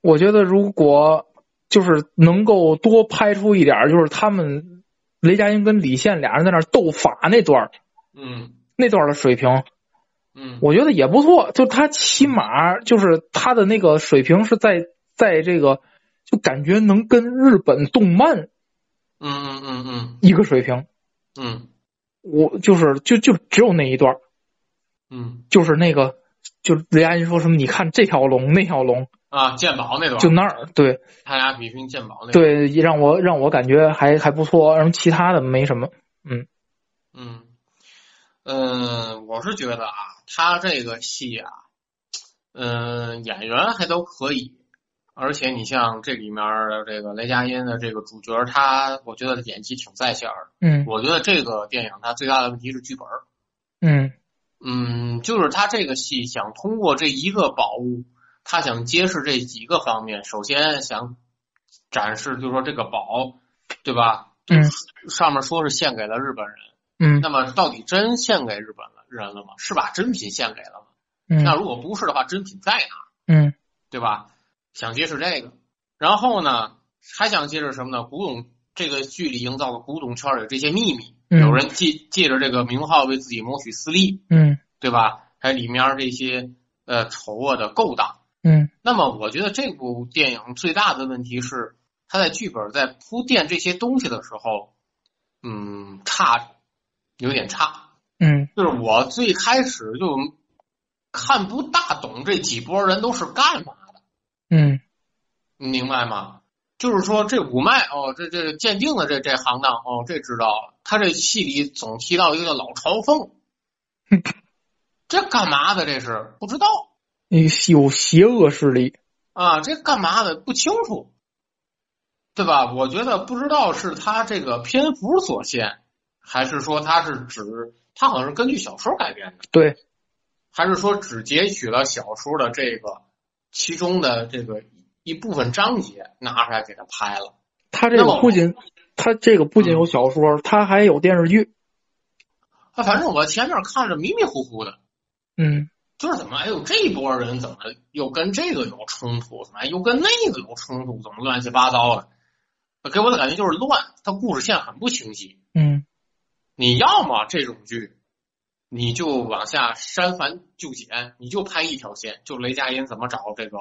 我觉得如果就是能够多拍出一点儿，就是他们雷佳音跟李现俩人在那儿斗法那段儿嗯那段儿的水平，嗯我觉得也不错，就他起码就是他的那个水平是在在这个，就感觉能跟日本动漫嗯嗯嗯嗯一个水平。嗯我就是就就只有那一段儿，嗯就是那个就雷佳音说什么，你看这条龙那条龙，啊，鉴宝那段就那儿对他俩比拼鉴宝那段，对，让我让我感觉还还不错，然后其他的没什么。嗯，呃，我是觉得啊，他这个戏啊，嗯、演员还都可以，而且你像这里面儿的这个雷佳音的这个主角儿，他我觉得演技挺在线儿的。嗯我觉得这个电影它最大的问题是剧本儿，嗯嗯，就是他这个戏想通过这一个宝物，他想揭示这几个方面，首先想展示，就是说这个宝，对吧？嗯，上面说是献给了日本人。嗯那么到底真献给日本了人了吗？是把真品献给了吗？那嗯如果不是的话，真品在哪？嗯对吧？想揭示这个，然后呢，还想揭示什么呢？古董这个剧里营造的古董圈里的这些秘密，嗯有人借借着这个名号为自己谋取私利，嗯对吧？还有里面这些呃丑恶的勾当。嗯那么我觉得这部电影最大的问题是，它在剧本在铺垫这些东西的时候，嗯，差，有点差。嗯就是我最开始就看不大懂这几波人都是干嘛的，嗯你明白吗？就是说这五脉哦，这这鉴定的这这行当哦，这知道了。他这戏里总提到一个老朝奉，这干嘛的？这是不知道有邪恶势力。啊，这干嘛的不清楚，对吧？我觉得不知道是他这个篇幅所限，还是说他是指他好像是根据小说改编的。对，还是说只截取了小说的这个其中的这个一部分章节拿出来给他拍了他这个不仅他这个不仅有小说，他还有电视剧。啊？反正我前面看着迷迷糊糊的，嗯就是怎么哎呦这一波人怎么又跟这个有冲突，怎么哎又跟那个有冲突，怎么乱七八糟的？给我的感觉就是乱，它故事线很不清晰。嗯你要么这种剧，你就往下删繁就简，你就拍一条线，就雷佳音怎么找这个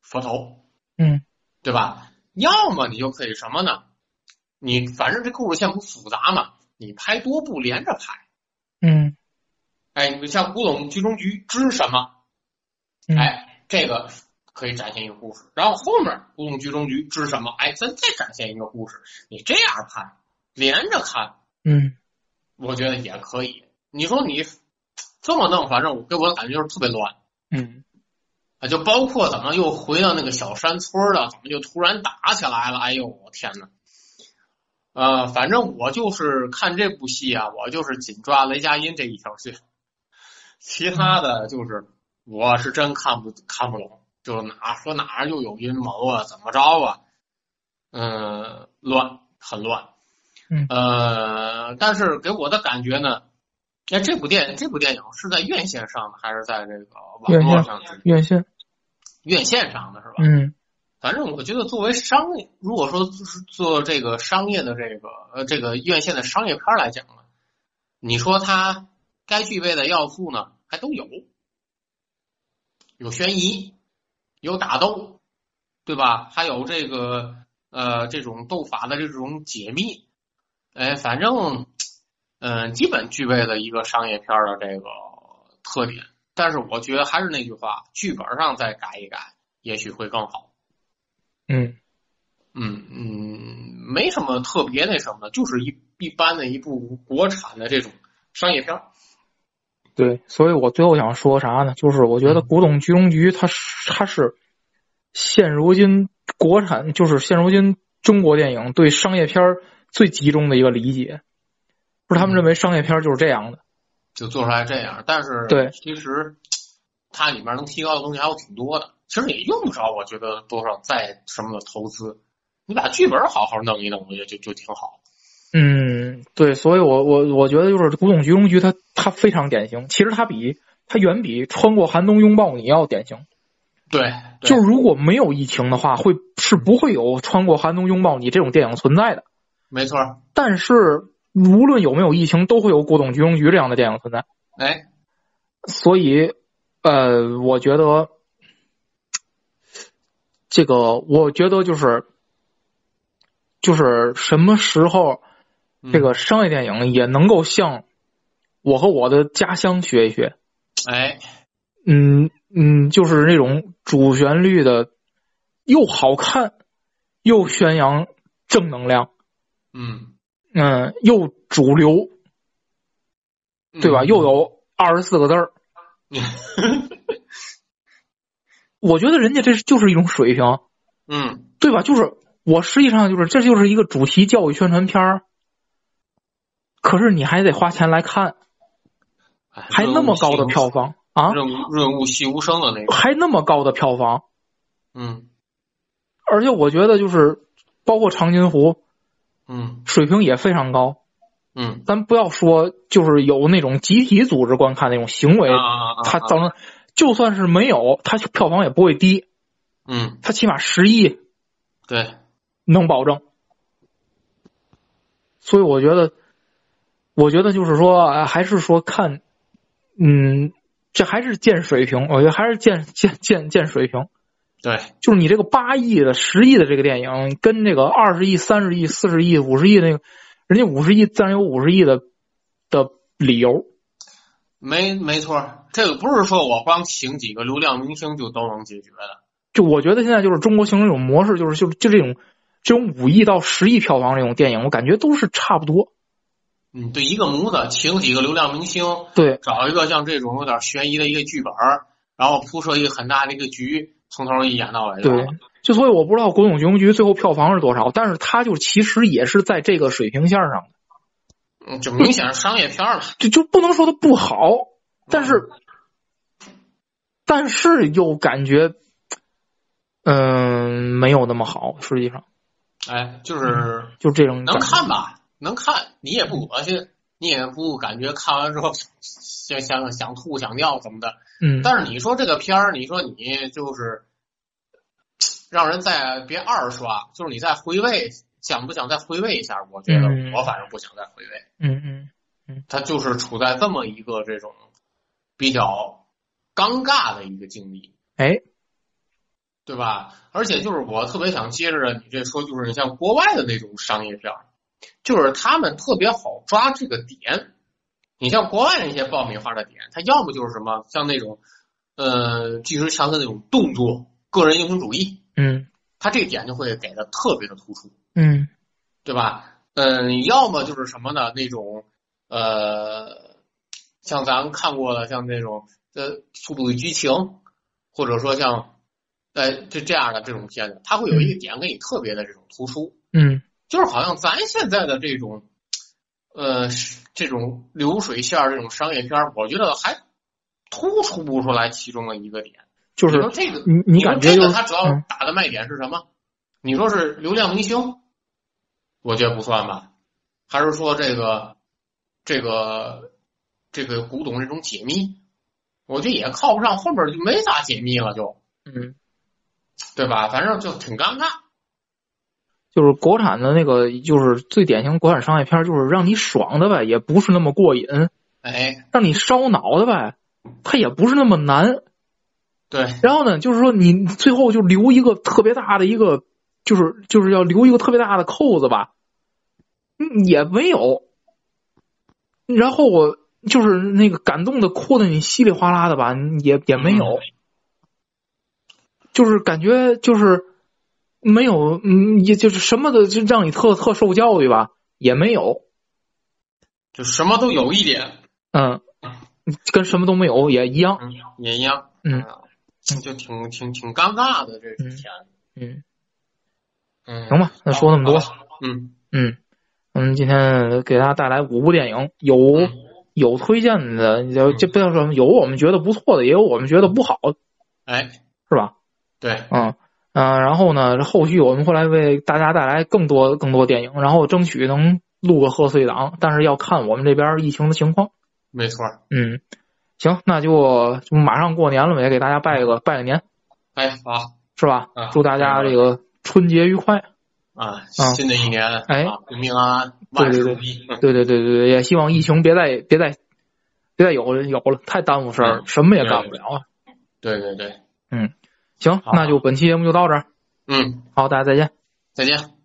佛头，嗯对吧？要么你就可以什么呢？你反正这故事线不复杂嘛，你拍多部连着拍。嗯哎，你像《古董局中局之什么》，嗯，哎，这个可以展现一个故事。然后后面《古董局中局之什么》，哎，咱再展现一个故事。你这样拍，连着看，嗯我觉得也可以。你说你这么弄，反正我给我的感觉就是特别乱。嗯啊，就包括怎么又回到那个小山村儿了，怎么就突然打起来了？哎呦，我天呐！呃，反正我就是看这部戏啊，我就是紧抓雷佳音这一条线，其他的就是我是真看不看不懂，就是哪说哪儿又有阴谋啊，怎么着啊？嗯、乱，很乱。嗯呃，但是给我的感觉呢，哎，这部电这部电影是在院线上的，还是在这个网院络线上的？院线。院线上的是吧？嗯反正我觉得作为商业，如果说是做这个商业的这个呃这个院线的商业片儿来讲呢，你说它该具备的要素呢还都有，有悬疑，有打斗，对吧？还有这个呃这种斗法的这种解密，哎，反正嗯、呃基本具备了一个商业片儿的这个特点。但是我觉得还是那句话，剧本上再改一改，也许会更好。嗯嗯，嗯，没什么特别那什么的，就是一一般的一部国产的这种商业片儿。对，所以我最后想说啥呢？就是我觉得《古董局中局》它是它是现如今国产，就是现如今中国电影对商业片儿最集中的一个理解，就是他们认为商业片儿就是这样的。就做出来这样，但是对其实它里面能提高的东西还有挺多的。其实也用不着，我觉得多少再什么的投资，你把剧本好好弄一弄，我觉得就就挺好。嗯，对，所以我我我觉得就是《古董局中局它》它非常典型，其实它比它远比《穿过寒冬拥抱你》要典型。对，对就是如果没有疫情的话，会是不会有《穿过寒冬拥抱你》这种电影存在的。没错儿。但是无论有没有疫情，都会有《古董局中局》这样的电影存在。哎，所以，呃，我觉得这个，我觉得就是就是什么时候嗯这个商业电影也能够向我和我的家乡学一学。哎，嗯嗯，就是那种主旋律的，又好看，又宣扬正能量，嗯，嗯，又主流，对吧？嗯又有二十四个字 儿，我觉得人家这是就是一种水平，嗯，对吧？就是我实际上就是这就是一个主题教育宣传片儿，可是你还得花钱来看，哎还那么高的票，房啊，润物润物细无声的那种。还那么高的票房，嗯而且我觉得就是包括长津湖嗯水平也非常高。嗯，咱不要说就是有那种集体组织观看那种行为，啊啊它啊造成就算是没有，它票房也不会低，嗯，它起码十亿对，能保证。所以我觉得，我觉得就是说，呃还是说看，嗯，这还是见水平，我觉得还是见见见见水平。对，就是你这个八亿的、十亿的这个电影，跟这个二十亿、三十亿、四十亿、五十亿那个，人家五十亿自然有五十亿的的理由。没没错儿，这个不是说我光请几个流量明星就都能解决的。就我觉得现在就是中国形成一种模式，就是就就这种这种五亿到十亿票房这种电影，我感觉都是差不多。嗯，对，一个模子请几个流量明星，对找一个像这种有点悬疑的一个剧本儿，然后铺设一个很大的一个局，从头一演到尾就好对了。，就所以我不知道《国董局》最后票房是多少，但是它就其实也是在这个水平线上的，嗯，这明显是商业片儿了。就就不能说它不好，但是嗯但是又感觉嗯、没有那么好，实际上哎，就是就这种能感觉。看吧，能看，你也不恶心，你也不感觉看完之后 想想想吐想尿什么的。嗯，但是你说这个片儿，你说你就是让人再别二刷，就是你再回味，想不想再回味一下？我觉得嗯我反正不想再回味。嗯嗯他就是处在这么一个这种比较尴尬的一个境地，哎，对吧？而且就是我特别想接着你这说，就是你像国外的那种商业片儿，就是他们特别好抓这个点。你像国外那些爆米花的点，它要么就是什么像那种呃巨石强森那种动作、个人英雄主义，嗯他这点就会给的特别的突出。嗯对吧？嗯，要么就是什么呢？那种呃，像咱们看过的，像那种呃《速度与激情》，或者说像呃这这样的这种片子，它会有一个点给你特别的这种突出，嗯就是好像咱现在的这种呃是这种流水线儿这种商业片儿，我觉得还突出不出来其中的一个点。就你是说这个，你你说感觉这就个是它主要嗯打的卖点是什么？你说是流量明星，我觉得不算吧，还是说这个这个这个古董这种解密，我觉得也靠不上，后面就没啥解密了就，嗯。对吧？反正就挺尴尬。就是国产的那个，就是最典型国产商业片儿，就是让你爽的呗，也不是那么过瘾；哎，让你烧脑的呗，它也不是那么难。对，然后呢，就是说你最后就留一个特别大的一个，就是就是要留一个特别大的扣子吧，嗯也没有。然后我就是那个感动的哭的你稀里哗啦的吧，也也没有。嗯就是感觉就是没有，嗯，也就是什么的，就让你特特受教育吧，也没有，就什么都有一点，嗯，跟什么都没有也一样，嗯，也一样，嗯啊，就挺挺挺尴尬的这种嗯片，嗯，嗯，行吧，那说那么多，好，嗯嗯，我们今天给大家带来五部电影，有嗯有推荐的，就这不要说有我们觉得不错的，也有我们觉得不好的，哎，是吧？对，嗯嗯、呃然后呢，后续我们会来为大家带来更多更多电影，然后争取能录个贺岁档，但是要看我们这边疫情的情况。没错儿。嗯，行，那就就马上过年了嘛，也给大家拜个拜个年，哎，好是吧？啊祝大家这个春节愉快。啊，嗯新的一年，哎啊，平平安安，万对事对如意。对对对对对，也希望疫情别再别再别再有了有了，太耽误事儿了，嗯什么也干不了啊。对对对，行，好那就本期节目就到这儿，嗯，好，大家再见。再见。